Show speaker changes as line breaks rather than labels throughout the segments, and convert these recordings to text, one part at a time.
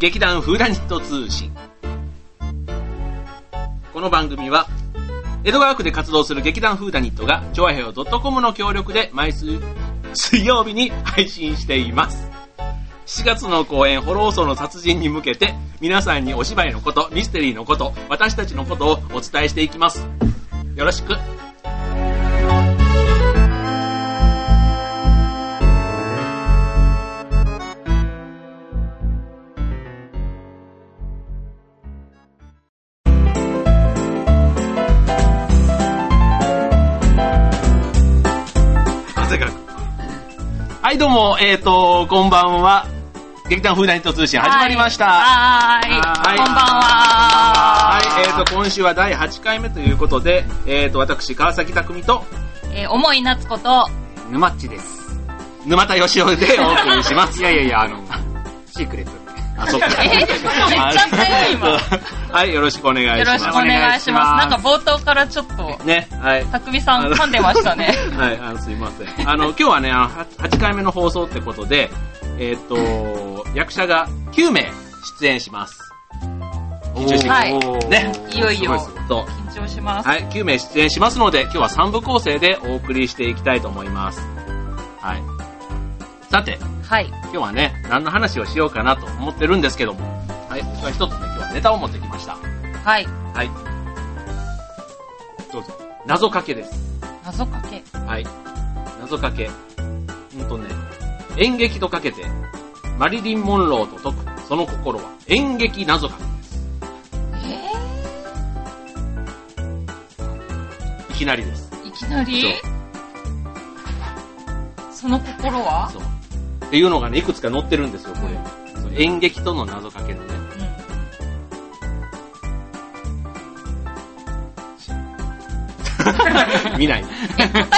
劇団フーダニット通信。この番組は、江戸川区で活動する劇団フーダニットが、ちょあへよ .com の協力で毎週水曜日に配信しています。7月の公演、ホローソの殺人に向けて、皆さんにお芝居のこと、ミステリーのこと、私たちのことをお伝えしていきます。よろしく。汗かく。はい、どうも、えっ、ー、と、こんばんは。劇団フーダニット通信始まりました。
はーい。
はい
こんばん
は
は。
い、えー、と、今週は第8回目ということで、えー、と、私、川崎匠と、
えー重い夏 子と、
沼っちです。
沼田義雄でお送りします
い。やいやいや、あの、シークレットで。
あ、そっか。
えめっちゃ強い今
はい、よろしくお願いします。
よろしくお願いしま
お願
す。
いしま
な
す
んか冒頭からちょっと、
ね、はい。
たくみさん噛んでましたね。
はい、あのすいません。あの、今日はね、あのは8回目の放送ってことで、えっ、と、役者が9名出演します。緊張してきた
はい
ね
いよいよ
すごです
そう。
緊張します。
はい、9名出演しますので、今日は3部構成でお送りしていきたいと思います。はい。さて、
はい。
今日はね、何の話をしようかなと思ってるんですけども、はい、僕は一つね、今日はネタを持ってきました。
はい。
はい。どうぞ。謎かけです。
謎かけ。
はい。謎かけ。うんとね、演劇とかけて、マリリン・モンローと解く、その心は、演劇謎か
え
け。いきなりです。
ー、いきなりその心は
そう。っていうのがね、いくつか載ってるんですよ、これ。そう演劇との謎かけのね。
うん
見ない。
答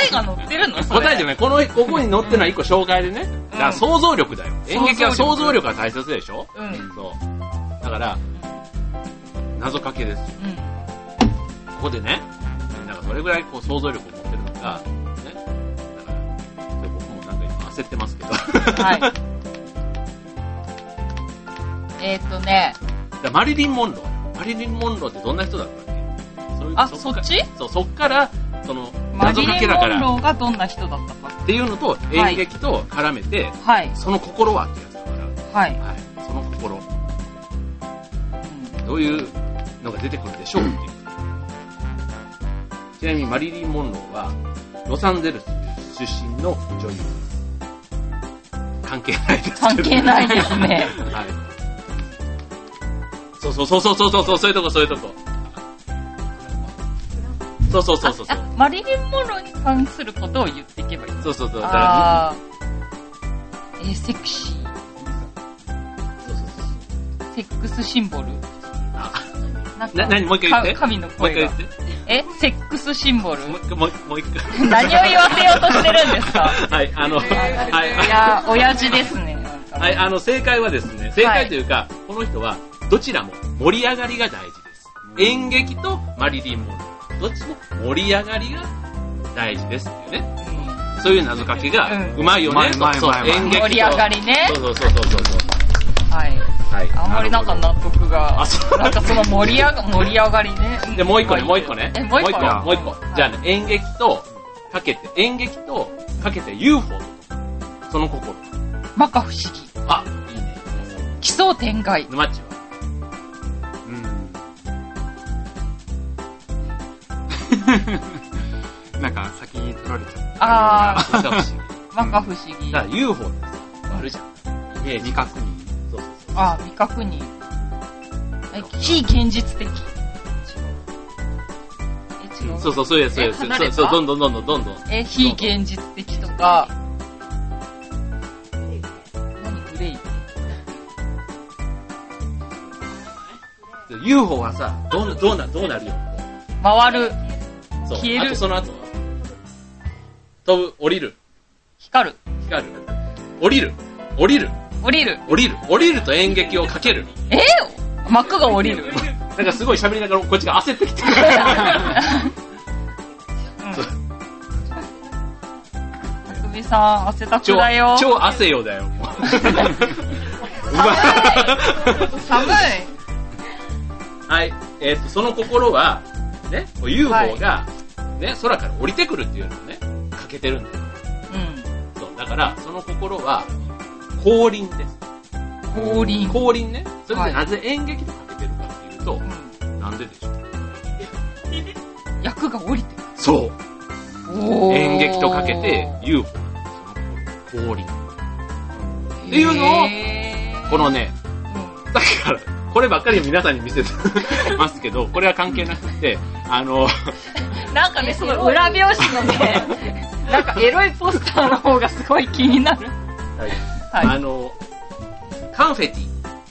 えが載ってるのそれ
答えじゃない。この、ここに載ってるのは一個紹介でね。だから想像力だよ。演劇は想像力が大切でしょ
うん。うん。
そう。だから、謎かけです。ここでね、なんかそれぐらいこう想像力を持ってるのが、ね。だから、ちょっと僕もなんか今焦ってますけど。だ か
はい。えっ、ー、とね、
らマリリン・モンロー。マリリン・モンローってどんな人だったっけそういう
あ
から
そっち
そう、そっから、その、
マ
謎
リ
か
リ
け
ン・
だ
モ
か
ン
ら、
ローがどんな人だったか。
っていうのと、
はい
演劇と絡めて、
はい。
その心はってやつだから、
はい。
はい、その心、
うん
どういうのが出てくるでしょうっていう。ちなみにマリリン・モンローは、ロサンゼルス出身の女優です。関係ないですけど。
関係ないですね。
はい。そうそうそうそうそうそうそう、そういうとこ、そういうとこ。そうそうそうそうそ
あ
う。
マリリン・モンローに関することを言っていけばいい。
そうそうそう。だから
あーえーセクシー。
そうそうそう
セックスシンボル。
あ
なんか
な、なにもう一回言って
か神の
もう一
声
回言
が
っ。て。
え、セックスシンボル。
もう一回、もう一回もう一回。
何を言わせようとしてるんですか
はい、あの、 はい。
いやー、親父ですね。なんか
はい、あの、正解はですね、正解というか、この人は、どちらも盛り上がりが大事です。演劇とマリリン・モンロー。どっちも盛り上がりが大事ですっていうね。そういう謎かけが
う、ん
うまいよね。
うまいう
そう
まいうまい
演劇と。
盛り上がりね
そうそうそうそうそう。
はい。
はい。
あんまりなんか納得が。
あそう
なんかその盛り上 が、盛り上がりね。ん
で、もう一個ね、もう一個ね。
え、もう一個
もう一個。じゃあね、演劇と、かけて、演劇と、かけて UFO と。その心。
摩訶不思議。
あ、いいね。
奇想天外。
沼っちは。
うん。 なんか、先に取られちゃっ
あ
不可思議
ー、摩訶不思議。
だから UFO ってさ、あるじゃん。イメージ
た。未確認。
そうそうそう。
あ、未確認。え非現実的。え、違う。
そうそう、そういうやつ、そういうやつ。
え離れた
そうそう、どんどんどんどんどんどん。
え、非現実的とか。何グレイ
UFO はさ、どうな、どうな、どうなるよ。
回る、
そう。
消える
あとその後は飛ぶ、降りる、
光る、
光る。降りる、降りる、
降りる。
降りる、降りると演劇をかける。
えー幕が降りる。
なんかすごい喋りながらこっちが焦ってきてる。 そう
たくみさん、汗だく
超
だよ。、
超汗よだよ。
寒い。
はい。えっ、と、その心は、ね、こう UFO が、ね、空から降りてくるっていうのをね、欠けてるんだよ。そう。だから、その心は、降臨です。
うん。降臨。
降臨ね。それ
は
で
い
なぜ演劇と欠けてるかっていうと、
う
なんででしょうん
役が降りてる。
そう。
おー
演劇とかけて UFO その氷っていうのを
へー
このね
うん
だからこればっかり皆さんに見せてますけ どこれは関係なくてあの
なんかね、その裏表紙のね、なんかエロいポスターの方がすごい気になる。
あのカンフェテ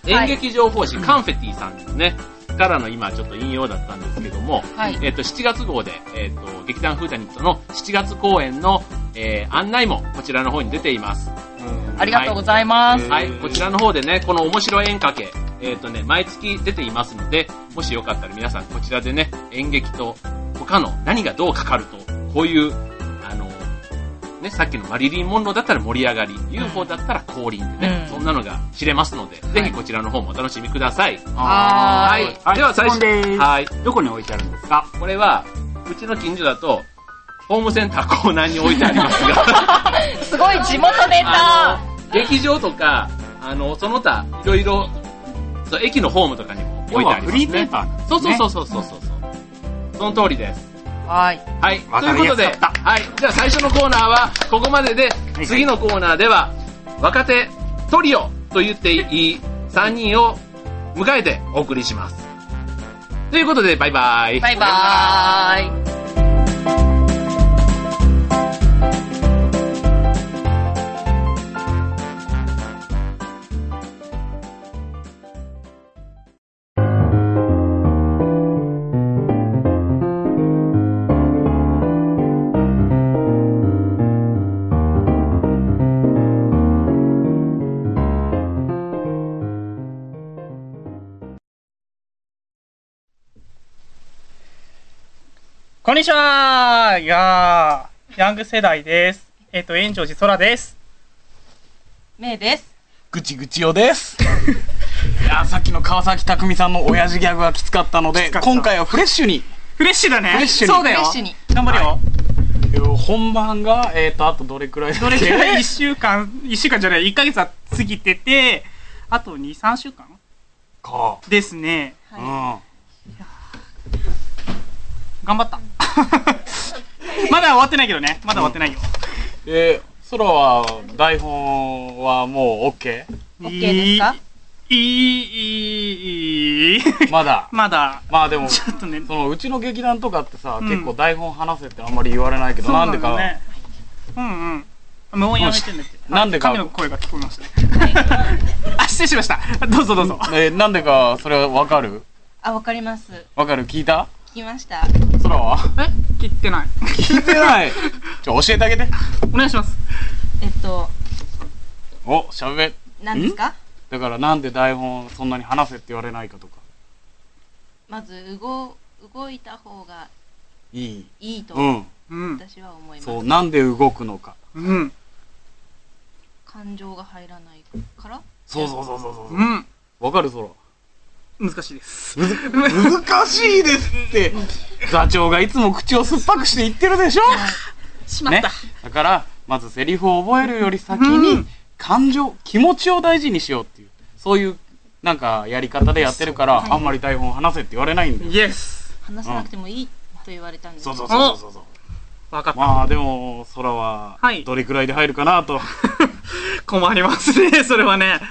ィ演劇情報誌カンフェティさんのねからの今ちょっと引用だったんですけども、
はい。
えっと7月号で、えっと劇団フータニットの7月公演の、えー案内もこちらの方に出ています
ありがとうございます。
はい、こちらの方でね、この面白演歌系、えっ、とね、毎月出ていますので、もしよかったら皆さんこちらでね、演劇と他の何がどうかかると、こういう、あの、ね、さっきのマリリン・モンローだったら盛り上がり、UFO だったら降臨でね、
うん
そんなのが知れますので、ぜひこちらの方もお楽しみください。
は
はいい、では最初
質問です
はい、
どこに置いてあるんですか
これは、うちの近所だと、ホームセンターコーナーに置いてありますが、
すごい地元ネ
あ
タ。
の劇場とか、あの、その他、いろいろ、そう、駅のホームとかにも置
要
いてあり
はフ
ます
リーペー
ね。
パーなんです
そうそう
ね
そうそうそうそう。その通りです。
はい。
はい。
わ
とい
か
う
り
こ
や
と
す
で、
かった
はい。じゃあ最初のコーナーはここまでで、
はい
次のコーナーでは、若手トリオと言っていい3人を迎えてお送りします。ということで、バイバイ。
バイバーイ。
こんにちはーやー、ヤング世代です。えっ、と、炎上寺空です。
めいです。
ぐちぐちよです。いやーさっきの川崎匠さんの親父ギャグはきつかったので
きつかった
今回はフレッシュに、
フレッシュだね。
フレッシュに
そうだよ
フレッシュに。
頑張るよ。
えー本番がえっ、とあとどれくらいだっけ
どれくらい ?1 週間、1週間じゃない、1ヶ月は過ぎてて、あと2、3週間
か、
ですね。頑張 った。まだ終わってないけどね。まだ終わってないよ。
うんえー、空は台本はもう OK
オッケーですか
いい、いい、いい。
まだ
まだ、
まあで も
ち
そ
ょっとね、
のうちの劇団とかってさ、
うん
結構台本話せってあんまり言われないけどなんでか
そうだね。うんうん。無音やめてんだっけ
なんでか
神の声が聞こえましたね。 あ、失礼しました。どうぞどうぞ。
えーなんでかそれはわかる
あ、わかります。
わかる聞いた
聞きました。
空は
え切ってない。
聞いてない ちょ教えてあげて
お願いします。
えっと、
おしゃべ
何ですか
だからなんで台本そんなに話せって言われないかとか
まず動、動いた方が
いい
いいと
うん
うん。
私は思います。
そうなんで動くのか
うん。
感情が入らないから
そうそうそうそうそう
うん。
わかるそ
難しいです。
ら難しいですって座長がいつも口を酸っぱくして言ってるでしょ
し
ねだからまずセリフを覚えるより先
う
に
ん
感情気持ちを大事にしようっていうそういうなんかやり方でやってるからあんまり台本話せって言われないんだよ
イエス。
話さなくてもいいと言われたんです。
そうそうそうそうそう
わかった。
まあでも空は
はい
どれくらいで入るかなと
困りますね。 それはね。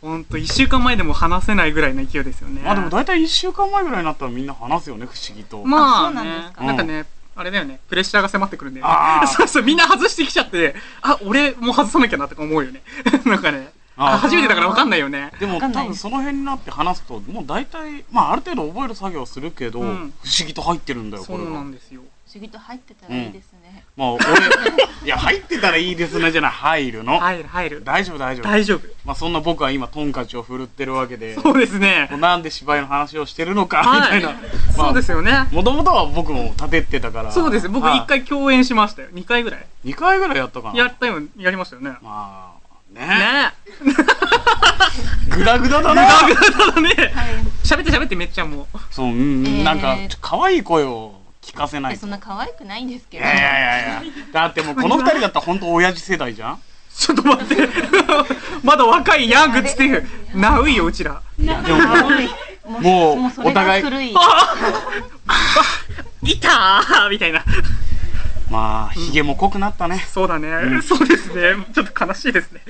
ほんと、1週間前でも話せないぐらいの勢いですよね。
まあでも大体1週間前ぐらいになったらみんな話すよね不思議と、
まあ、
あそう
ね
なんですか
なんかね、あれだよね、プレッシャーが迫ってくるんで、
あー
そうそう、みんな外してきちゃって、あ、俺もう外さなきゃなとか思うよね。 なんかね、
あー
あ初めてだから分かんないよね。
でも
わ
多
かんない
分その辺になって話すともう大体、まあ、ある程度覚える作業はするけど、
うん
不思議と入ってるんだよ
そ
これ
うな
が
んですよ。
不思議と入ってたらいいですね。
まあ俺 いや入ってたらいいですねじゃない入るの、
入る、入る。
大丈夫大丈夫、
大丈夫。
まあ、そんな僕は今トンカチを振るってるわけで
そうですね
もう。なんで芝居の話をしてるのか、
はい
みたいな、ま
そうですよね。
もともとは僕も立ててたから
そうです。僕一
はい
回共演しましたよ。二回ぐらい。
二回ぐらいやったかな
やったよ、やりましたよね。
まあね
ね
グダグダだな
だ
は
ね
い。
喋って喋ってめっちゃもう
そう、うん、
えー
なんか、ちょ可愛い声を聞かせない
え
と。
そ
い
んな可愛くないんですけど
や。いやいやいや。だってもうこの二人だったら本当親父世代じゃん
ちょっと待って まだ若いヤングっつってるなういようちら
でも、もう
もうそ、
お
れが
互い、
古い。
いたーみたいな
まあ、髭も濃くなったね。
そうだね、そうですねちょっと悲しいですね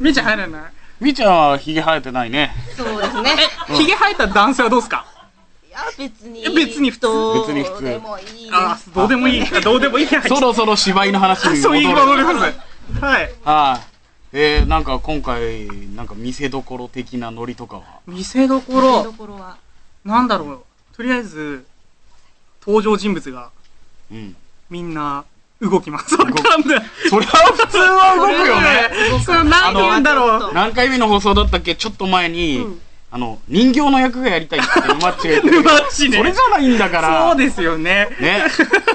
目じゃ入らない
みーちゃんは髭生えてないね。
そうですね。
ひげ生えた男性はどうですか
いや別に。
別に普通
どう
別に普通
でもいいです。
あーどうでもいいあどうでもいいや
そろそろ芝居の話に
そう
戻
い
る。
う今戻りますはい
はい。えー、なんか今回、なんか見せどころ的なノリとかは。
見せどこ
見
ろ
どころは。
なんだろうとりあえず登場人物が
うん。
みんな動きますわかんない
それは普通は動くよね。
ねそうなんて言うんだろう
何回目の放送だったっけちょっと前に、あの、人形の役がやりたいって沼っちが言って
沼
る。
っちね
それじゃないんだから。
そうですよね
ね。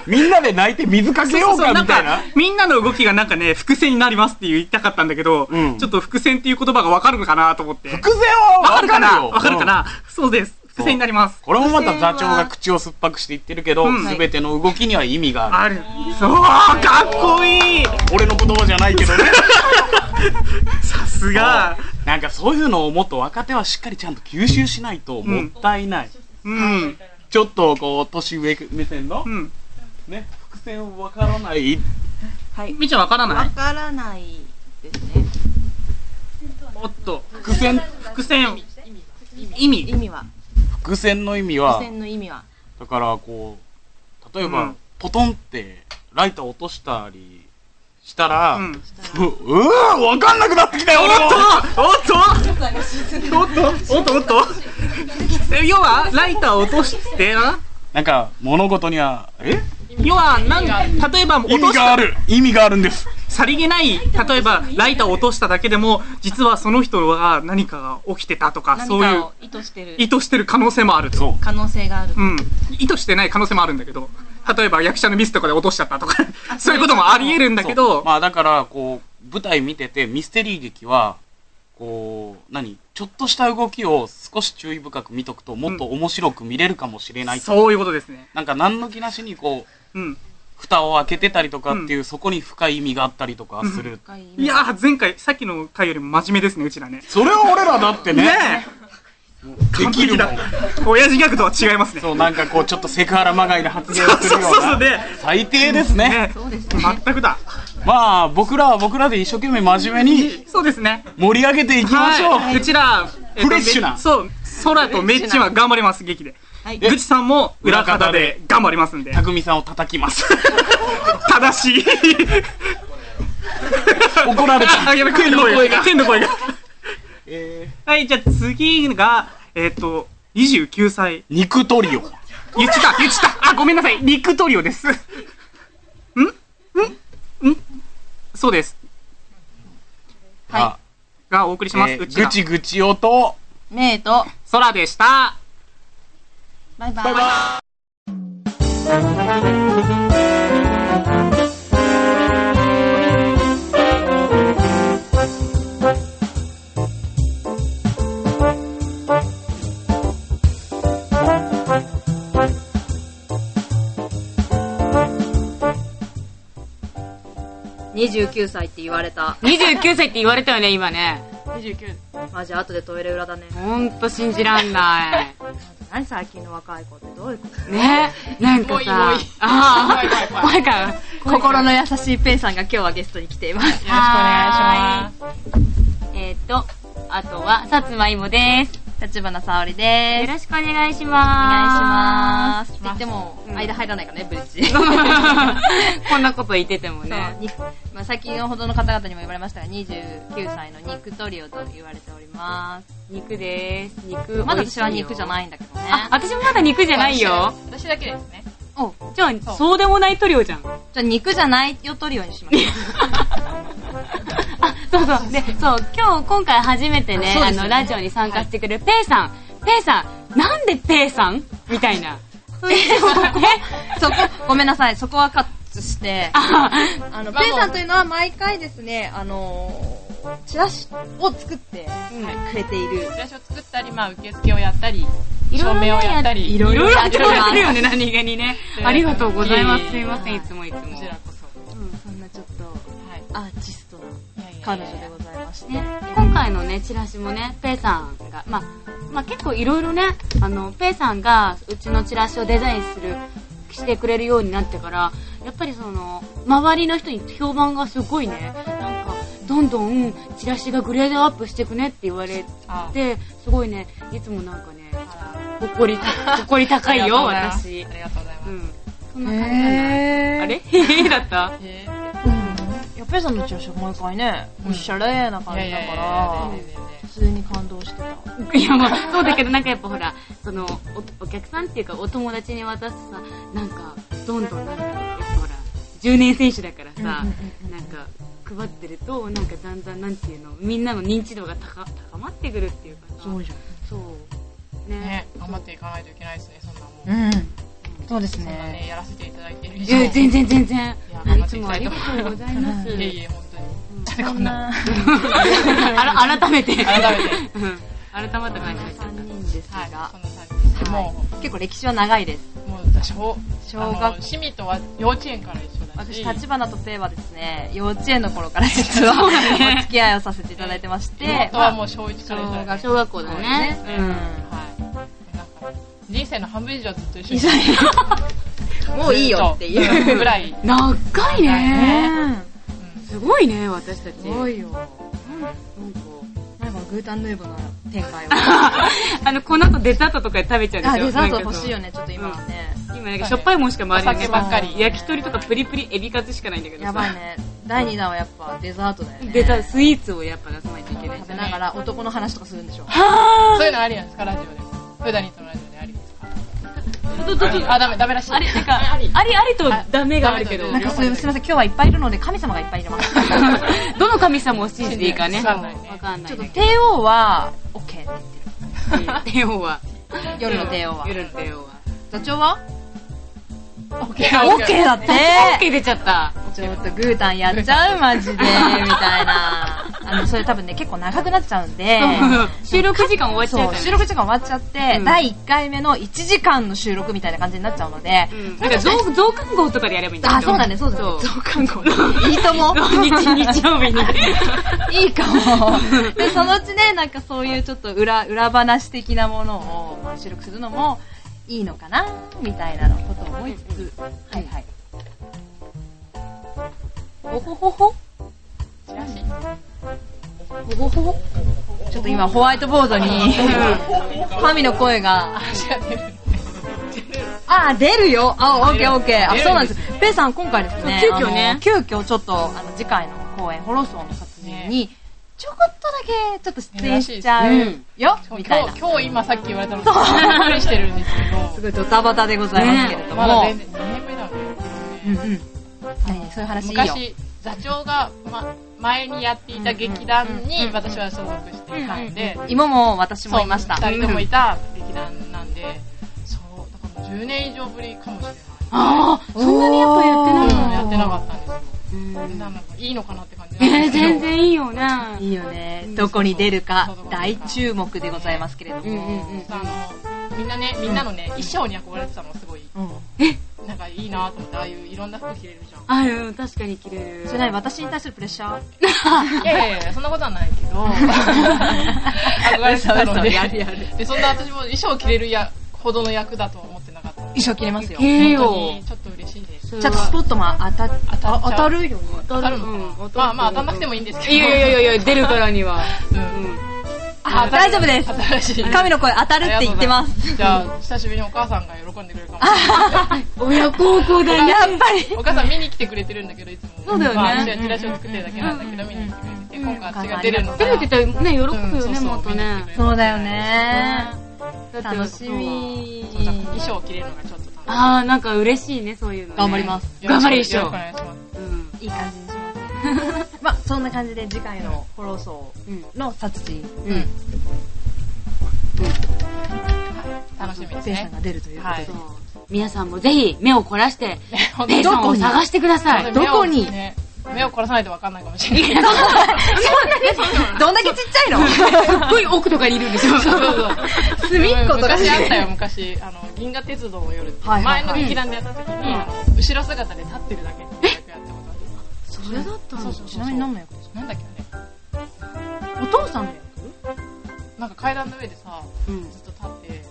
みんなで泣いて水かけようかみたい
ん
な
か。みんなの動きがなんかね伏線になりますって言いたかったんだけど、
うん
ちょっと伏線っていう言葉がわかるのかなと思って
伏線は
わかるかな
よ
わかるかな、そうです伏線になります
これもまた座長が口を酸っぱくして言ってるけど
う、ん
すべての動きには意味がある。
あるそうかっこいい
俺の言葉じゃないけどね。
さすが
なんかそういうのをもっと若手はしっかりちゃんと吸収しないともったいない。
うん
ちょっとこう、年上目線の
う、ん
ね、伏線わからない。
みーちゃんわからな
わ
い
からないですね。
おっと
伏線、
伏線意味
意味は。
伏線の意味
付
は、
箋の意味は。
だからこう例えば、
うん
ポトンってライター落としたりしたら、
う
うんうーわかんなくなってきたよ俺
おっ
も
とおっとおっとおっとおっとえ要はライターを落としてな
なんか物事にはえ
要はなん例えば落
意
と
味
し
があ
た
る意味があるんです
さりげない例えばライターを落としただけでも実はその人は何かが起きてたとかそ
何
うい
か
う
を意図してる
意図してる可能性もあると
そ
可能性がある。
うん、意図してない可能性もあるんだけど例えば役者のミスとかで落としちゃった とかそういうこともありえるんだけ
そ
ど、
うまあだからこう舞台見ててミステリー劇はこう何ちょっとした動きを少し注意深く見とくともっと面白く見れるかもしれない、
そういうことですね、
なんか何の気なしにこう
うん、
蓋を開けてたりとかっていう、そこに深い意味があったりとかする、
深い意味
いやー前回さっきの回よりも真面目ですねうちらね
それは俺らだってね
え
できるもん
完璧だ 親父ギャグとは違いますね
そうなんかこうちょっとセクハラまがいな発言をす
そ
る
う
よ
そうそうう
な
で
最低ですね
ね
そうですね。
全くだ
まあ僕らは僕らで一生懸命真面目に
そうですね
盛り上げていきましょう、
はいうちら、えっと
フレッシュな
めそう空とメッチは頑張ります劇で
はい。
ぐちさんも裏
裏
方
方で
で頑張りますんで
匠さんを叩きます
正しい
怒られ た
あやべ天の声が天の声が
え
はい、じゃあ次が、えっ、と、29歳。
ー 肉トリオ
言ってた、言ってた。あ、ごめんなさい。リクトリオです。んんんそうです。
は
がお送りします。うち
ぐ
ら。
ちぐちおと
メイと、
空でした。
バイバ
バイ
イ
バ。イ
29歳って言われた。
29歳って言われたよね、今ね。
マジ後でトイレ裏だね。
ほんと信じらんない。
何最近の若い子ってどういうこと
ねなんかさ、ああ、怖いから、よろし
心の優しいペイさんが今日はゲストに来ています。
くお願いします。
えっと、あとは、さつまいもです。立花沙織です。
よ
よろしく
ろしくお願いし
お願
ま
い
す。
します。って言っても、
うん
間入らないからね、ブリッジ。
こんなこと言ってても
そう
ね。
にまあ、先ほどの方々にも言われましたが、29歳の肉トリオと言われております。
肉です。肉。
まだ私は肉じゃ
いよ。
ないんだけどね。
あ、私もまだ肉じゃないよ。
私だけですね。
おじ
じゃあ、そうでもない塗料じゃん。
ゃあ肉じゃないよトリオにしましょう。
あ、そうそう。で、そう、今日、今回初めてね、
そう
あ
ですよね
の、ラジオに参加してくれるペイさん。ペイさん、なんでペイさんみたいな。そういう ことね。
そこ、ごめんなさい、そこはカットして、
あ
あの、
まあ
ペイさんというのは毎回ですね、あの
チラシを作ってくれている。
チラシを作ったり、まあ、受付をやったり、
い
照
ろいろね
明をやったり、
いろいろやってます
いろいろやっ
ね、何気にね
て。
ありがとうございます。す
ええ
いません、いつもいつも。
こちらこそ。
うんそんなちょっと
はい。
アーティストの
いやいやいや
彼女でございまして。
ね、今回のね、チラシもね、ペイさんが、まあ、まあ結構いろいろね、あの、ペイさんがうちのチラシをデザインする、してくれるようになってから、やっぱりその、周りの人に評判がすごいね、なんか、どんどんチラシがグレードアップしてくねって言われ
あ
て、すごいね、いつもなんかね、
あ
誇り、誇り高いよ、私
あ。りがとうございます
う
ありがとうございます。
ん。そんな感じじゃないあれ へへだった
え
やっぱりさんのチラシは毎回ね、おしゃれな感
ーいや
じだ
いやいやいや
から
ねえね、えねえ
普通に感動してた。
いやまあそうだけどなんかやっぱほらそのおお客さんっていうかお友達に渡すとさなんかどんどんなんかやっぱほら10年選手だからさなんか配ってるとなんかだんだんなんていうのみんなの認知度が高高まってくるっていうかさ
そうじ
そうね
ね頑張っていかないといけないですね、そんなも
ゃ
ん。
ん。うん。そうです
そんな
ね。
ね、やらせていただいてる以
い
上。
や全然全然
いや頑張
い
っ
つ
ていき
も
た
あ
い
り
と
が
思
とうございます
いえいえ、本当に。
こんな、
あら改めて
改めて。はい、
うん改まった感じがしちゃっ
3人です
そんな
が、
感じで
は
す。
い
も
結構歴史は長いです。
う、もう、小、
小
あの
学
趣味とは幼稚園から一緒だし。
私、立花とペイはですね、幼稚園の頃から実は、お付き合いをさせていただいてまして、
あとはもう小一からいただいて
た小学校だね
そうですね
はい。なんか、人生の半分以上ずっと一緒
一緒
に。
もういいよっていう。
う。ぐらい。うん。
長いね
ね
すごいね私たち
すごいよ。
なんか
なんかグータンヌーボの展開を。
あの、この後デザートとかで食べちゃうでしょ
あ、デザート
なんか
欲
そう
しいよね、ちょっと今はね。
今なんかしょっぱいもんしか周りに
お酒ばっかり
焼き鳥とかプリプリエビカツしかないんだけどさ。
やばいね。第2弾はやっぱデザートだよね。
デザート、スイーツをやっぱ出さないといけない
食べながら男の話とかするんでしょ。
そういうのありなんですか、ラジオでも。普段にとのラジオでありですか。
じゃん。
あ、ダメ、ダメらしい。
あれ、なんか、あ
あ
り
り。、
ありとダメがあるけど
ダ、
なん
メ
かすいません、今日はいっぱいいるので神様がいっぱいいます。ち
どの神様を信じていいかね。
わかんないね
わかんない
ょっと
ね。
帝王は、オッケー。
帝王は、
夜の帝王は。
夜の帝王は。
座長は
オッケー、
オッケーだって
オッケー出ちゃった。
ちょっとグータンやっちゃう、マジで、みたい な。あの、それ多分ね、結構長くなっちゃうんで、
収録時間終わっちゃ
そうう、
から
収録時間終わっちゃって、
うん
第1回目の1時間の収録みたいな感じになっちゃうので、
うんなんか増、増刊号とかでやればいいんだ
あ、
けど
そうだね、そうだね。
そう
増刊号。いいとも。
日、日曜日に。
いいかも。で、そのうちね、なんかそういうちょっと裏、裏話的なものを、まあ、収録するのもいいのかな、みたいなのことを思いつつ、はいはい。ほほほほほほほほちょっと今ホワイトボード に、神の声が、あー、出るよあ、オッケーオッケー。あ、そうなんです。ペイさん、今回ですね、
そう急遽ね
あの急遽ちょっと、あの、次回の公演、ホロソーの殺人に、ちょこっとだけ、ちょっと出演しちゃうよ、
今
みたいな
日、。今日今さっき言われたので、びっくりしてるんです
す
け
ごいドタバタでございますけれど
ど、
も。
まだ全然、2年目なので。
うんうん。何そういう話いいよ。
昔、座長が、ま、前にやっていた劇団に私は所属していたんで、
芋も私もいました。
そう二人ともいた劇団なんで、そう、だからもう10年以上ぶりかもしれない。
ああ、そんなにやっぱやってない
うん、
の
やってなかったんですよ。なんかいいのかなって感じな
え
ん
ー、
ですけど。
全然いいよね。
いいよね。どこに出るか、大注目でございますけれど
うんうん
も。
うん。
あの、みんなね、みんなのね、衣装に憧れてたのすごい、なんかいいなと思って、ああいういろんな服着れるじゃん。
あ、うん、確かに着れる。
それなり私に対するプレッシャー
いやいやいや、そんなことはないけど、憧れてたので、
嘘嘘やるやる
で、そんな私も衣装着れるやほどの役だとは思ってなかったので。
衣装着れますよ。
着
ち
れる
本
よ。
当にちょっと嬉しいです。
ゃんとスポットも当たっ
当たっちゃう
当たるよね。
当たるのかな、
うん
まあまあ当たんなくてもいいんですけど。
いやいやいやいや、出るからには。
うん
うん。
あ、大丈夫です。
新しい。
神の声当たるって言ってます。
じゃあ、久しぶりにお母さんが喜んでくれるかもしれない。
親孝行だね。
やっぱり。
お母さん見に来てくれてるんだけど、いつも。
そうだよね
まあ、私はチラシを作ってるだけなんだけど、見に来てくれてて、今回私が出るの
出
が
るって言ったらね、喜ぶ
うん
よ
そう
ね、
そう
もっとね。
そうだよ。ね。
だって
楽しみ
そうだから衣装を着れるのがちょっと楽しみ。
ああ、なんか嬉しいね、そういうのね。
頑張ります。
頑張れ衣装
よろしくお願い
い
うん。
します。
い感じにします。まあ、そんな感じで次回のフォロー層の殺人、
うん。
楽しみです
ペイさ
ね
ん。が出るということ
は
で
い
そう。皆さんもぜひ目を凝らして、
本当
ペ
に
イさんを探してください。
ど
どこ
こ
に
に
目を凝らさないと分かんないかもしれない。
どんだけちっちゃいの
すっごい奥とかにいるんですよ。
隅っことか
昔あっ
ね。
たよ、昔。あの、銀河鉄道の夜って、
はいはい
前の劇団でやった時に、あの後ろ姿で立ってるだけって役やったことある。
それだったの
う
ちなみに何の役です
なんだっけあ
かお父さんの役
れなんか階段の上でさ、
うん
ずっと立って、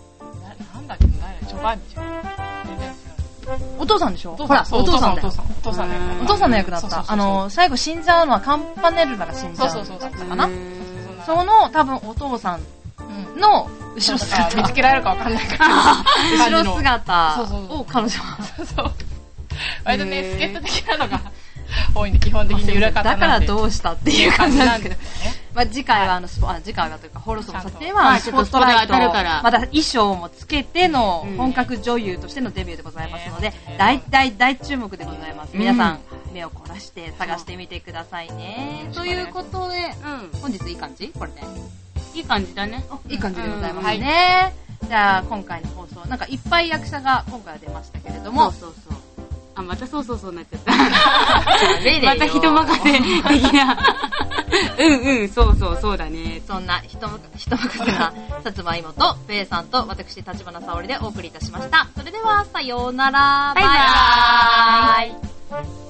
ななんだっけ誰だジョバンニじゃん。全然違う
お父さんでしょ
お父
ほ
さん
ら、
そう
お父さん
お
だよ
父。さん、お父さんの役。
お父さんの役だっ
そうそうそ
た。
うそう
あの、最後死んじゃうのはカンパネルラが死んじゃう
そうそうそうそう
かな。
んな
その、多分お父さん
うん
の後ろ
後ろ姿見
姿
つ。けられるかわかんないから。
後ろ
感じの
姿
そうそうそう
を彼女は。
そう。割とね、スケット的なのが多いんで、基本的に裏
だ
方なん
か
で。
らどうしたっていう感じなんですけど。
すけど。
まあ、次回はあのスポ、あ、次回はというか、ホロソの撮影
ちゃんとは
は、
い
スポットライト
ちょっとスポットが当たるから
また衣装もつけての
うん
本格女優としてのデビューでございますので
ね、
大大大注目でございます。
うん
皆さん、目を凝らして探してみてくださいね。ということで、
う
本日いい感じこれで。
ん。いい感じだね。
いい感じでございます
うん
ね。じゃあ、今回の放送、なんかいっぱい役者が今回は出ましたけれども、
そうそうそう。あ、またそうそうそうになっちゃ った。 また人任せ的な。うんうん、そうそうそうだね。
そんな人む人任せなさつまいもと、ペイさんと私、立花沙織でお送りいたしました。それでは、さようなら。
バイバーイ。